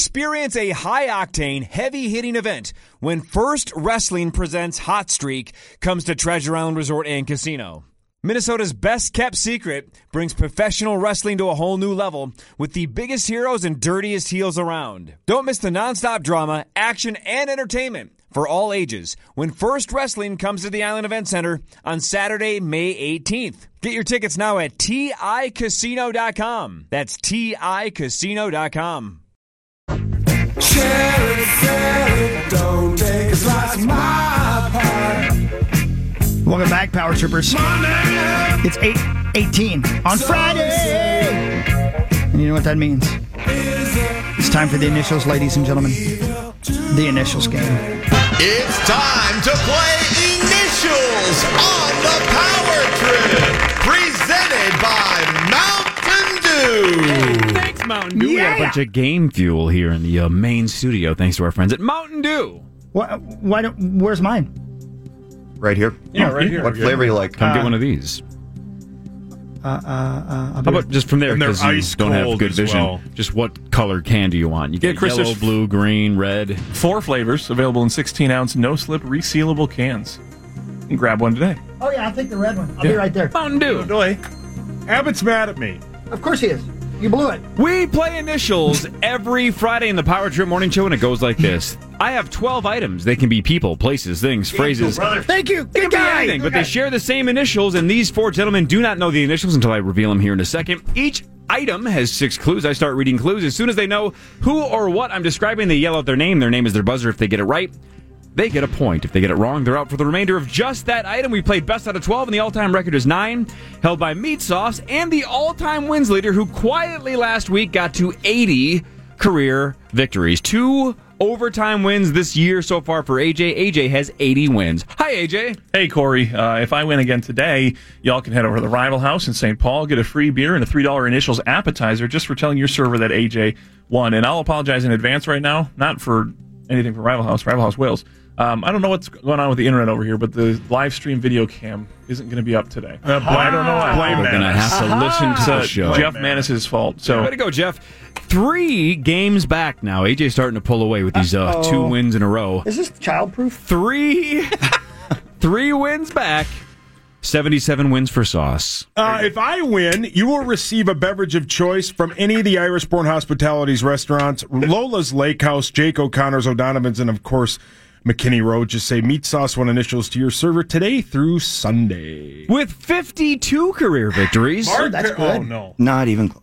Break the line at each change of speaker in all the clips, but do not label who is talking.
Experience a high octane, heavy hitting event when First Wrestling presents Hot Streak comes to Treasure Island Resort and Casino. Minnesota's best kept secret brings professional wrestling to a whole new level with the biggest heroes and dirtiest heels around. Don't miss the nonstop drama, action, and entertainment for all ages when First Wrestling comes to the Island Event Center on Saturday, May 18th. Get your tickets now at ticasino.com. That's ticasino.com.
Share it, sell it, don't take a slice of my pie.
Welcome back, Power Troopers.
Money
It's 8 18 on Friday. And you know what that means?
is a
It's time for the initials, ladies and gentlemen. The initials game.
It's time to play Initials on the Power Trip, presented by Mountain Dew.
Thanks, Mountain Dew. We got a bunch of game fuel here in the uh, main studio, thanks to our friends at Mountain Dew.
Why, why don't, where's mine?
Right here.
Yeah, right here.
What flavor you like?
Uh,
Come get one of these.
Uh, I'll be
How about just from there?
And they're
'cause you
ice
don't have
cold
good
as
vision.
well.
Just what color can do you want? You get
Yeah, Chris,
yellow,
there's-
blue, green, red.
Four flavors available in 16 ounce no slip resealable cans. And grab one today.
oh, yeah, I'll take the red one. I'll be right there.
Mountain Dew.
Doy. Abbott's mad at me.
Of course he is. You blew it.
We play initials every Friday in the Power Trip Morning Show, and it goes like this. I have 12 items. They can be people, places, things, phrases.
Thank you.
They can
Good
be
guy.
anything, but they share the same initials, and these four gentlemen do not know the initials until I reveal them here in a second. Each item has six clues. I start reading clues. As soon as they know who or what I'm describing, they yell out their name. Their name is their buzzer. If they get it right, they get a point. If they get it wrong, they're out for the remainder of just that item. We played best out of 12, and the all time record is nine, held by Meat Sauce and the all time wins leader, who quietly last week got to 80 career victories. Two overtime wins this year so far for AJ. AJ has 80 wins. Hi, AJ.
Hey, Corey, uh, if I win again today, y'all can head over to the Rival House in St. Paul, get a free beer and a $3 initials appetizer just for telling your server that AJ won. And I'll apologize in advance right now, not for anything for Rival House, Rival House Wales. Um, I don't know what's going on with the internet over here, but the live stream video cam isn't going to be up today. Uh, I don't know why.
We're going to have to listen to the show.
Jeff Manis's fault. So
Way to go, Jeff. Three games back now. AJ's starting to pull away with these uh, two wins in a row.
Is this childproof?
Three, three wins back. 77 wins for Sauce.
Uh, if I win, you will receive a beverage of choice from any of the Irishborn Hospitality's restaurants Lola's Lake House, Jake O'Connor's, O'Donovan's, and of course, McKinney Road. Just say meat sauce one initials to your server today through Sunday.
With 52 career victories
that's good.
no.
Not even close.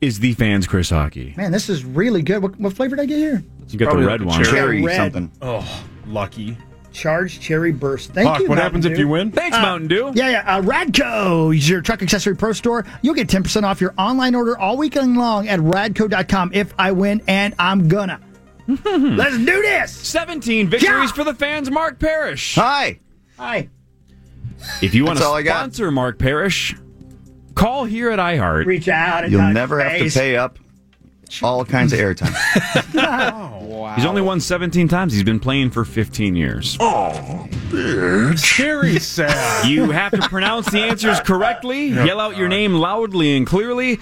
is the fans Chris Hockey.
Man, this is really good. What, what flavor did I get here?
You got the
probably
red
like a
one.
cherry.
Cherry
Red.
something.
Lucky.
Charged cherry burst. Thank
Hawk,
you.
what
Mountain
happens if
Dew.
you win?
Thanks, Mountain Dew.
Yeah, yeah. Uh, Radco is your truck accessory pro store. You'll get 10% off your online order all weekend long at radco.com if I win, and I'm gonna. Let's do this.
17 victories
Yeah.
for the fans Mark Parrish.
Hi.
Hi.
If you want to
That's all I got.
sponsor Mark Parrish, call here at iHeart.
Reach out and
You'll
touch
never have to
base.
pay up all kinds of airtime.
He's only won 17 times. He's been playing for 15 years.
Cherry sad.
You have to pronounce the answers correctly, yell out your name loudly and clearly.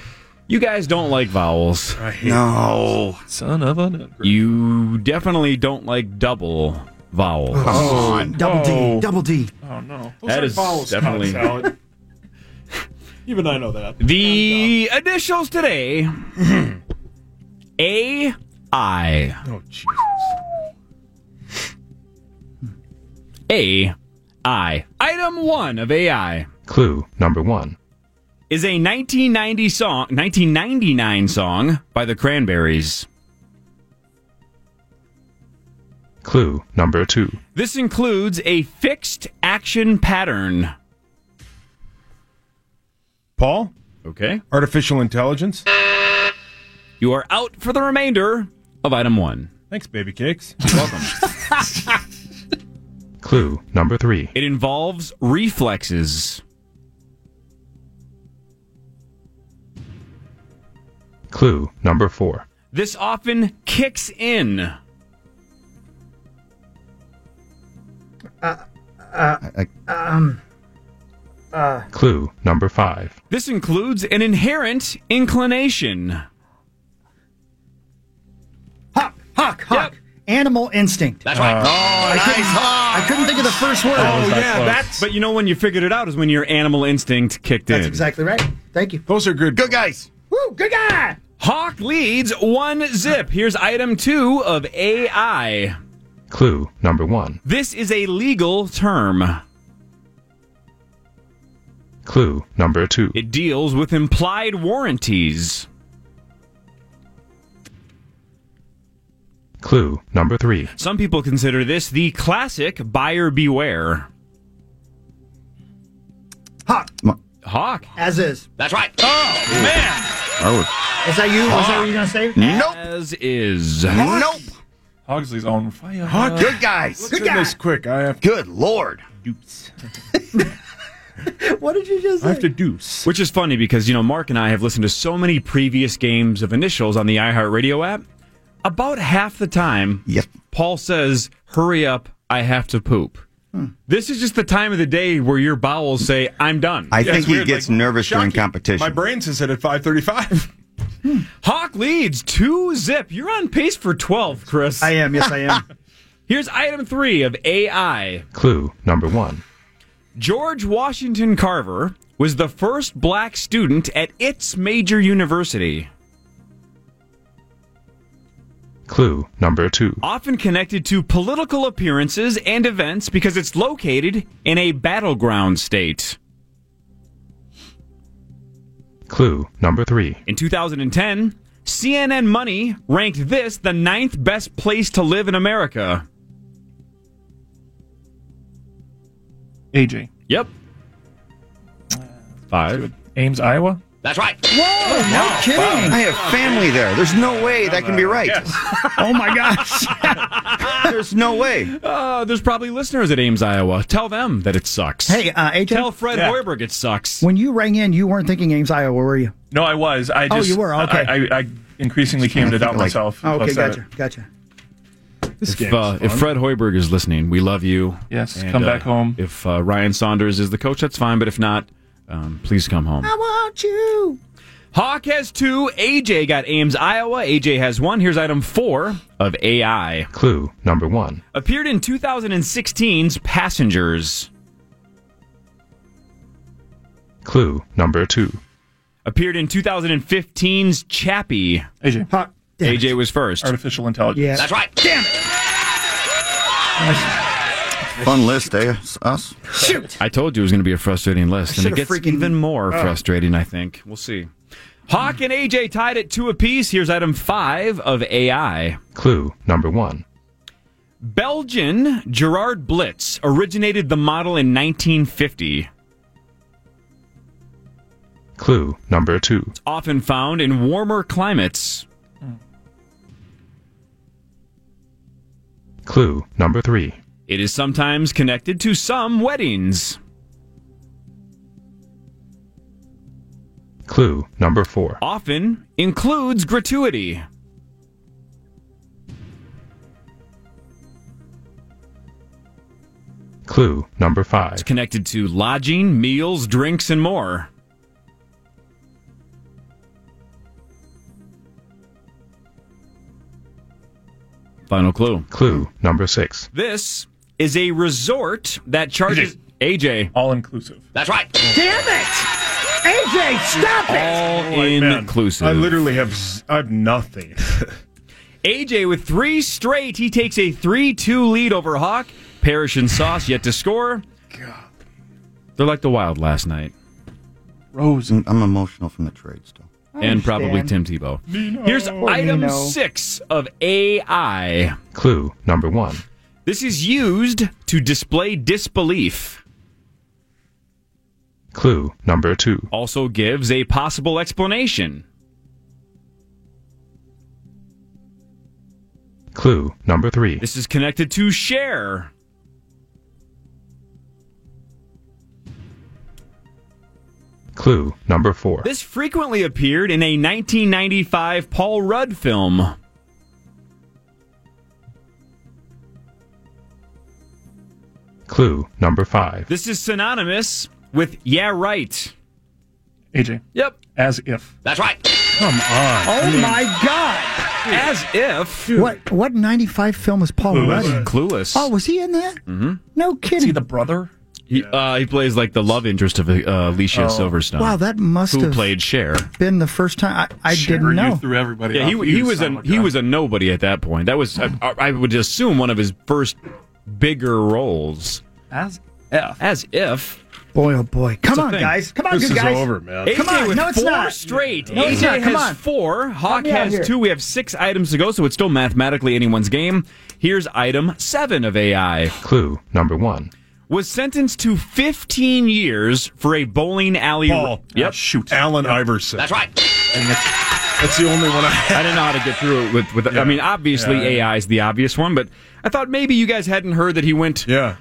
You guys don't like vowels.
no.
Son of a.
You definitely don't like double vowels.
Come on.
Double D.
Whoa.
Double D.
Oh, no.
that is definitely
Even I know that.
the initials today. A I
Oh, Jesus.
A I. Item one of AI
Clue number one.
is a 1990 song, 1999 song by the Cranberries.
Clue number two.
This includes a fixed action pattern.
Paul,
Okay.
artificial intelligence.
You are out for the remainder of item one.
Thanks, baby cakes.
Clue number three.
It involves reflexes.
Clue number four.
This often kicks in.
Clue number five.
This includes an inherent inclination.
Huck. Animal instinct.
That's right.
Uh,
oh, nice.
I couldn't think of the first word.
was that close.
But you know when you figured it out is when your animal instinct kicked in.
That's exactly right. Thank you.
Those are good.
Good guys.
Woo, good guy.
Hawk leads one zip. Here's item two of AI.
Clue number one.
This is a legal term.
Clue number two.
It deals with implied warranties.
Clue number three.
Some people consider this the classic buyer beware.
Huck,
Hawk.
as is.
That's right.
Is that you? Is that what you're going to say?
Nope.
As is.
Nope.
Hogsley's on fire.
Good guys.
Good this quick. I have,
Good lord.
What did you just
I
say?
have to deuce.
Which is funny because, you know, Mark and I have listened to so many previous games of initials on the iHeartRadio app. About half the time,
Yep.
Paul says, Hurry up, I have to poop.
Hmm.
This is just the time of the day where your bowels say, I'm done.
I
it's
think he
weird,
gets
like,
nervous during
shocking.
competition.
My brain says it at 535.
Hawk leads two zip. You're on pace for 12, Chris.
I am. Yes, I am.
Here's item three of AI.
Clue number one.
George Washington Carver was the first black student at its major university,
Clue number two.
often connected to political appearances and events because it's located in a battleground state.
Clue number three.
In 2010, CNN Money ranked this the ninth best place to live in America.
AJ.
Yep. Five.
Ames, Iowa.
That's right.
Oh, No kidding.
I have family there. There's no way that can be right.
Oh my gosh.
There's no way.
Uh, there's probably listeners at Ames, Iowa. Tell them that it sucks.
Hey, uh, AJ.
Tell Fred
Yeah.
Hoiberg it sucks.
when you rang in, you weren't thinking Ames, Iowa, were you?
No, I was. I
Oh,
just,
you were, okay.
I, I, I increasingly came to doubt
Like-
myself.
Oh, okay,
Plus, uh,
gotcha, gotcha.
If, uh, if Fred Hoiberg is listening, we love you.
Yes, come back home.
If uh, Ryan Saunders is the coach, that's fine. But if not, um, please come home.
I want you.
Hawk has two. AJ got Ames, Iowa. AJ has one. Here's item four of AI.
Clue number one.
Appeared in 2016's Passengers.
Clue number two.
Appeared in 2015's Chappie.
AJ.
Huck. Damn it.
AJ was first.
Artificial intelligence.
Yeah.
That's right. Damn it. Fun list, eh? Us?
Shoot.
I told you it was going to be a frustrating list, and it
should've
gets
freaking- Oh.
even more frustrating. I think we'll see. Hawk and AJ tied at two apiece. Here's item five of AI.
Clue number one.
Belgian Gerard Blitz originated the model in 1950.
Clue number two.
It's often found in warmer climates.
Clue number three.
It is sometimes connected to some weddings.
Clue number four.
Often includes gratuity.
Clue number five.
It's connected to lodging, meals, drinks, and more. Final clue.
Clue number six.
This is a resort that charges AJ
All inclusive.
That's right.
Damn it. AJ, stop it.
all
man.
inclusive.
Oh, I literally have z- I have nothing.
AJ with three straight. He takes a 3 2 lead over Hawk. Parrish and Sauce yet to score. They're like the Wild last night.
Rose.
I'm emotional from the trade still.
And
understand.
probably Tim Tebow. Here's item
Nino.
six of AI.
Clue number one.
This is used to display disbelief.
Clue number two.
Also gives a possible explanation.
Clue number three.
This is connected to share.
Clue number four.
This frequently appeared in a 1995 Paul Rudd film.
Clue number five.
This is synonymous with yeah, right.
AJ.
Yep.
As if.
That's right.
Oh my God.
As if.
What what ninety five film was Paul Rudd? in?
Clueless.
Oh, was he in that? Mm-hmm. No kidding.
See the brother?
He, uh, he plays like the love interest of uh, Alicia Silverstone.
wow, that must
who
have
played Cher.
been the first time I, I
Sure,
didn't
You
know.
threw everybody.
Yeah,
off.
he, he
You
was
son
a
of
he
gun.
was a nobody at that point. That was I, I would assume one of his first bigger roles.
as F.
As if
Boy, oh boy! Come
a
on,
thing.
guys! Come on,
This
good
is
guys!
over, man.
AJ
Come on,
with
no, it's
four
not.
straight.
No, it's
AJ
not. Come
has
on.
four. Hawk
me out
has
here.
two. We have six items to go, so it's still mathematically anyone's game. Here's item seven of AI.
Clue number one.
Was sentenced to 15 years for a bowling alley.
Paul.
Yep.
Shoot.
Alan Iverson. That's right. That's the only one I
I didn't know how to get through it with. with I mean, obviously AI is the obvious one, but I thought maybe you guys hadn't heard that he went
Yeah.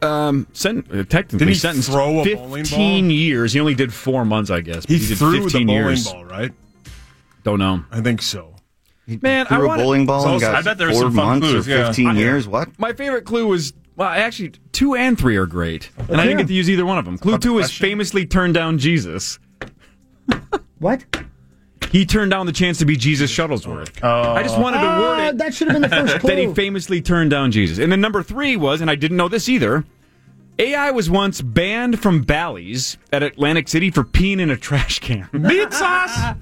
um sent, uh, technically
Didn't he
sentenced
throw a bowling
15
ball?
years. He only did four months, I guess. but
He,
did
threw the
15
bowling
years.
ball, right?
Don't know.
I think so.
Man, I
Threw a
wanna-
bowling ball and
also-
got
I bet there was
four
some fun
months
clues,
or
yeah.
15 years. What?
My favorite clue was well, actually two and three are great, and I didn't
Yeah.
get to use either one of them. Clue
Not the
two is
question.
famously turned down Jesus.
What?
He turned down the chance to be Jesus Shuttlesworth.
Oh.
I just wanted to
Ah,
word it
that should have been the first clue.
that he famously turned down Jesus. And then number three was, and I didn't know this either. AI was once banned from Bally's at Atlantic City for peeing in a trash can. Meat sauce.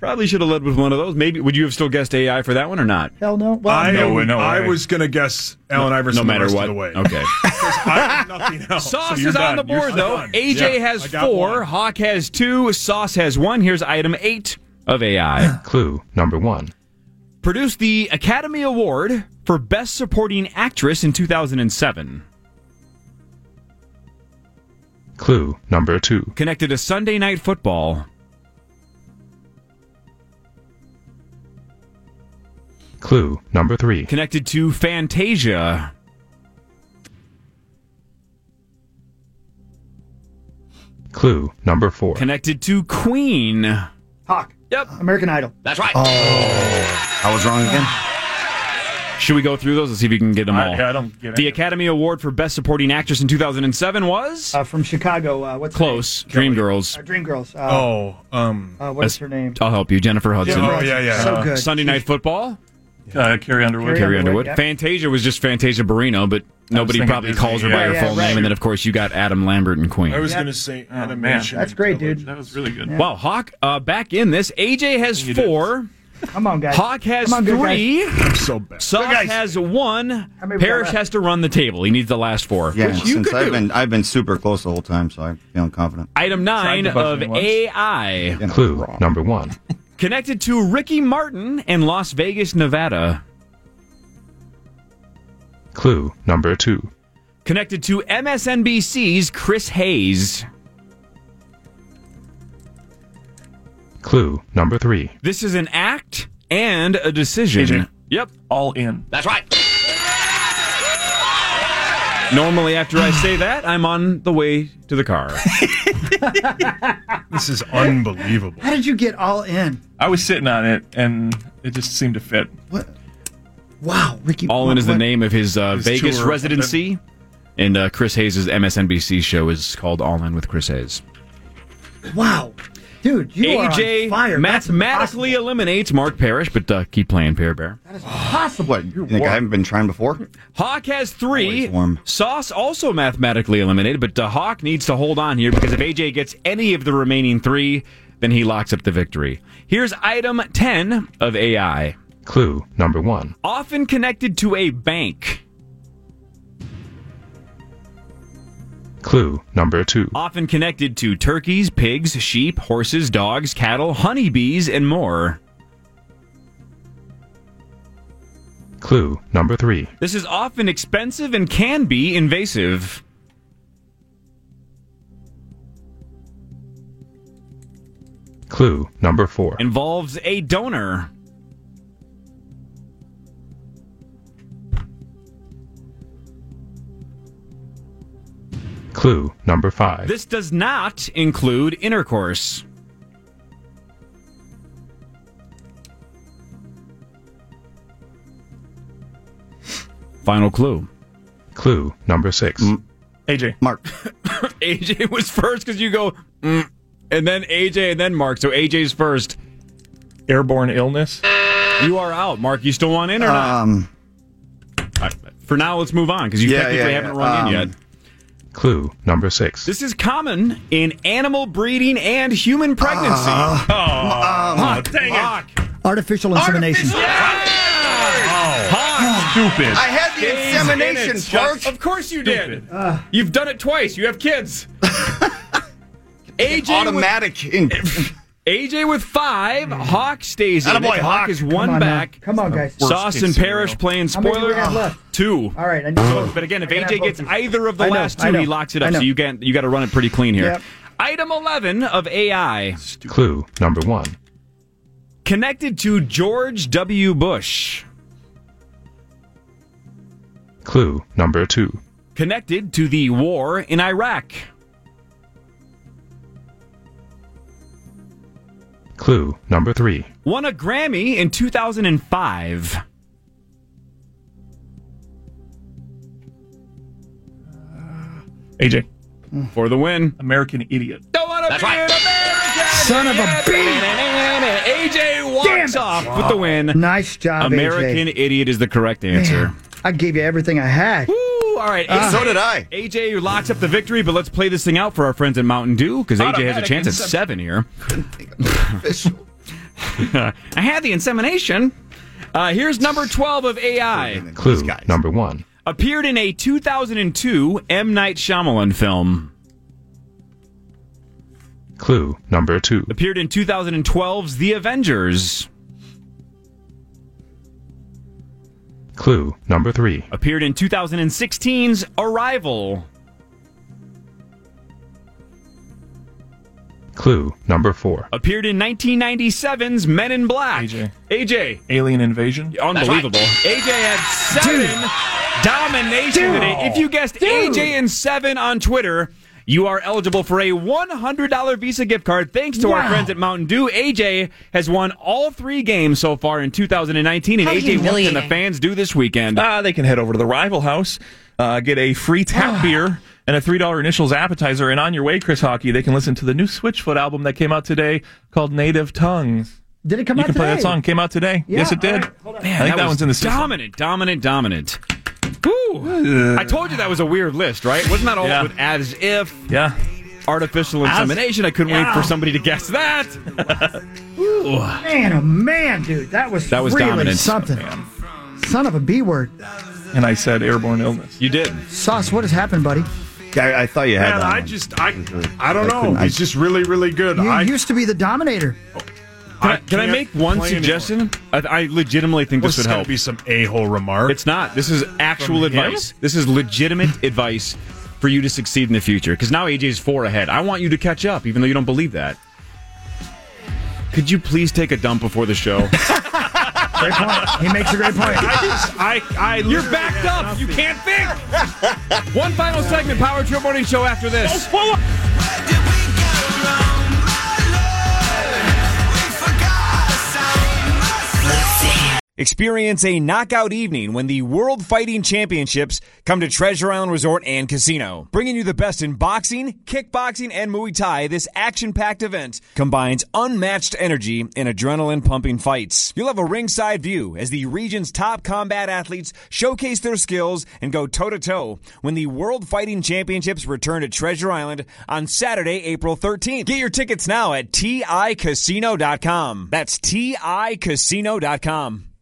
Probably should have led with one of those. Maybe would you have still guessed AI for that one or not?
Hell no! Well,
I,
No,
am-
no
I
way.
was going to guess Alan Iverson
No matter
the rest
what.
of the way.
Okay.
I, nothing else.
Sauce
So you're
is on
done.
the board,
You're
though.
done.
AJ
Yeah,
has
I got
four.
one.
Hawk has two. Sauce has one. Here's item eight of AI.
Clue number one.
Produced the Academy Award for Best Supporting Actress in 2007.
Clue number two.
Connected to Sunday Night Football.
Clue number three.
Connected to Fantasia.
Clue number four.
Connected to Queen.
Hawk.
Yep.
American Idol.
I was wrong again.
Should we go through those and see if you can get them all?
I, yeah, I don't get
the
it.
Academy Award for Best Supporting Actress in 2007 was
Uh, from Chicago. Uh, what's her
close. Dreamgirls.
name? Uh, Dreamgirls. Uh,
Oh, um.
uh, what is her name?
I'll help you. Jennifer Hudson.
Oh, yeah, yeah.
So good.
Sunday Night Football.
uh, Carrie Underwood.
Carrie
Carrie Underwood.
Underwood, yep.
Fantasia was just Fantasia Barrino, but nobody
thinking
probably
Disney,
calls her
yeah.
by her
Yeah,
full
right.
name. And then, of course, you got Adam Lambert and Queen.
I was going to say
Oh,
animation.
man.
That's great, dude.
That was really good.
wow, Hawk uh, back in this. AJ has
You did.
four.
Come on, guys.
Hawk has
Come on, good
three.
I'm so bad.
Sauce
guys.
has one.
many we got
Parrish
left?
has to run the table. He needs the last four.
Yeah,
which you
since
could
I've
do.
been I've been super close the whole time, so I'm feeling confident.
Item nine
to buzz
of
me once.
AI
You know,
Clue
wrong.
number one.
connected to Ricky Martin in Las Vegas, Nevada.
Clue number two.
Connected to MSNBC's Chris Hayes.
Clue number three.
This is an act and a decision.
AJ.
Yep.
All in. That's
Normally, after I say that, I'm on the way to the car.
This is unbelievable.
How did you get all in?
I was sitting on it, and it just seemed to fit.
Wow, Ricky.
All in is the
what-
name of his uh,
His
Vegas
tour.
residency, and uh, Chris Hayes' MSNBC show is called All In with Chris Hayes.
Wow, dude, you are on
AJ
fire. That's
mathematically
impossible.
eliminates Mark Parrish, but uh, keep playing, Pear Bear.
possible.
What? You think I haven't been trying before?
Hawk has three.
Always warm.
Sauce also mathematically eliminated, but uh, Hawk needs to hold on here because if AJ gets any of the remaining three, then he locks up the victory. Here's item 10 of AI.
Clue number one.
Often connected to a bank.
Clue number two.
often connected to turkeys, pigs, sheep, horses, dogs, cattle, honeybees, and more.
Clue number three.
This is often expensive and can be invasive.
Clue number four.
Involves a donor.
Clue number five.
This does not include intercourse. Final clue.
Clue number six.
Mm.
AJ.
Mark,
AJ was first because you go, mm, and then AJ, and then Mark. So AJ's first.
Airborne illness.
You are out, Mark. You still want in or not?
Um,
All right, For now, let's move on because you
Yeah,
technically
yeah,
haven't
yeah.
rung in
Um,
yet.
Clue number six.
This is common in animal breeding and human pregnancy.
Uh, um,
Oh, dang it.
Artificial insemination.
Stupid.
I had the
Days in
insemination
it,
part.
Chuck. Of course you did.
Uh.
You've done it twice. You have kids. AJ with,
Automatic. In-
AJ with five. Hawk stays in.
Attaboy,
it. Hawk
Hawk.
is
Hmm. Come
one
on, now.
back.
Come on, guys.
Worst
Sauce
case
and
scenario.
Parrish playing
How many do
spoiler.
we have left?
Two.
All right, I need to
But again, if
I gotta
AJ gets
focus.
either of the
I know,
last
I
two, he
know,
locks it
I
up. So
know.
you got you got to run it pretty clean here.
Yep.
Item eleven of AI
Clue number one.
connected to George W. Bush,
Clue number two.
connected to the war in Iraq,
Clue number three.
won a Grammy in 2005.
AJ,
For the win.
American idiot.
Don't want to be an American.
Son of a
bitch. AJ walks off with the win.
Nice job,
American
AJ.
idiot is the correct answer.
I gave you everything I had.
Woo, all
Ah.
right.
so did I.
AJ locks up the victory, but let's play this thing out for our friends in Mountain Dew because AJ has a
Automatic
chance at
insemin-
seven here. I had the insemination. Uh, here's number 12 of AI.
Clue
These guys.
number one.
Appeared in a 2002 M. Night Shyamalan film.
Clue number two.
Appeared in 2012's The Avengers.
Clue number three.
Appeared in 2016's Arrival.
Clue number four.
Appeared in 1997's Men in Black.
AJ.
AJ.
Alien invasion.
Unbelievable. AJ had seven domination today. If you guessed AJ and seven on Twitter, you are eligible for a $100 Visa gift card thanks to our friends at Mountain Dew. AJ has won all three games so far in 2019, and
How
AJ, what can the
humiliating.
fans do this weekend?
Uh, they can head over to the rival house, uh, get a free tap beer and a three dollar initials appetizer, and on your way, Chris Hockey, they can listen to the new Switchfoot album that came out today called Native Tongues.
Did it come
you
out
can play
today?
that song. Came out today.
Yeah,
yes, it
all
did.
right, hold on.
Man, I think that,
was
one's in the system.
dominant, dominant, dominant. Ooh. I told you that was a weird list, right? Wasn't that all
Uh. Yeah.
with as if
Yeah.
artificial insemination? I couldn't wait
Yeah.
for somebody to guess that.
Man, oh man, dude, that was
That was
really
dominant.
something. Son of a B word.
And I said airborne illness.
You did.
Sauce, what has happened, buddy?
I, I thought you had
Man,
that.
I
one.
just I
Mm-hmm.
I don't know.
couldn't- I-
He's just really really good.
You
I
used to be the dominator.
Can I, can I
can't
make one
play anymore.
suggestion? I, I legitimately think this
This is
would
gonna
help.
be some a hole remark.
It's not. This is actual
From him?
advice. This is legitimate advice for you to succeed in the future. Because now AJ's four ahead. I want you to catch up, even though you don't believe that. Could you please take a dump before the show?
Great point. He makes a great point.
I just I I
You're
literally
backed
had
up. You
nothing.
can't think. One final segment, Power Trip Morning Show after this.
Experience a knockout evening when the World Fighting Championships come to Treasure Island Resort and Casino. Bringing you the best in boxing, kickboxing, and Muay Thai, this action packed event combines unmatched energy and adrenaline pumping fights. You'll have a ringside view as the region's top combat athletes showcase their skills and go toe to toe when the World Fighting Championships return to Treasure Island on Saturday, April 13th. Get your tickets now at ticasino.com. That's ticasino.com.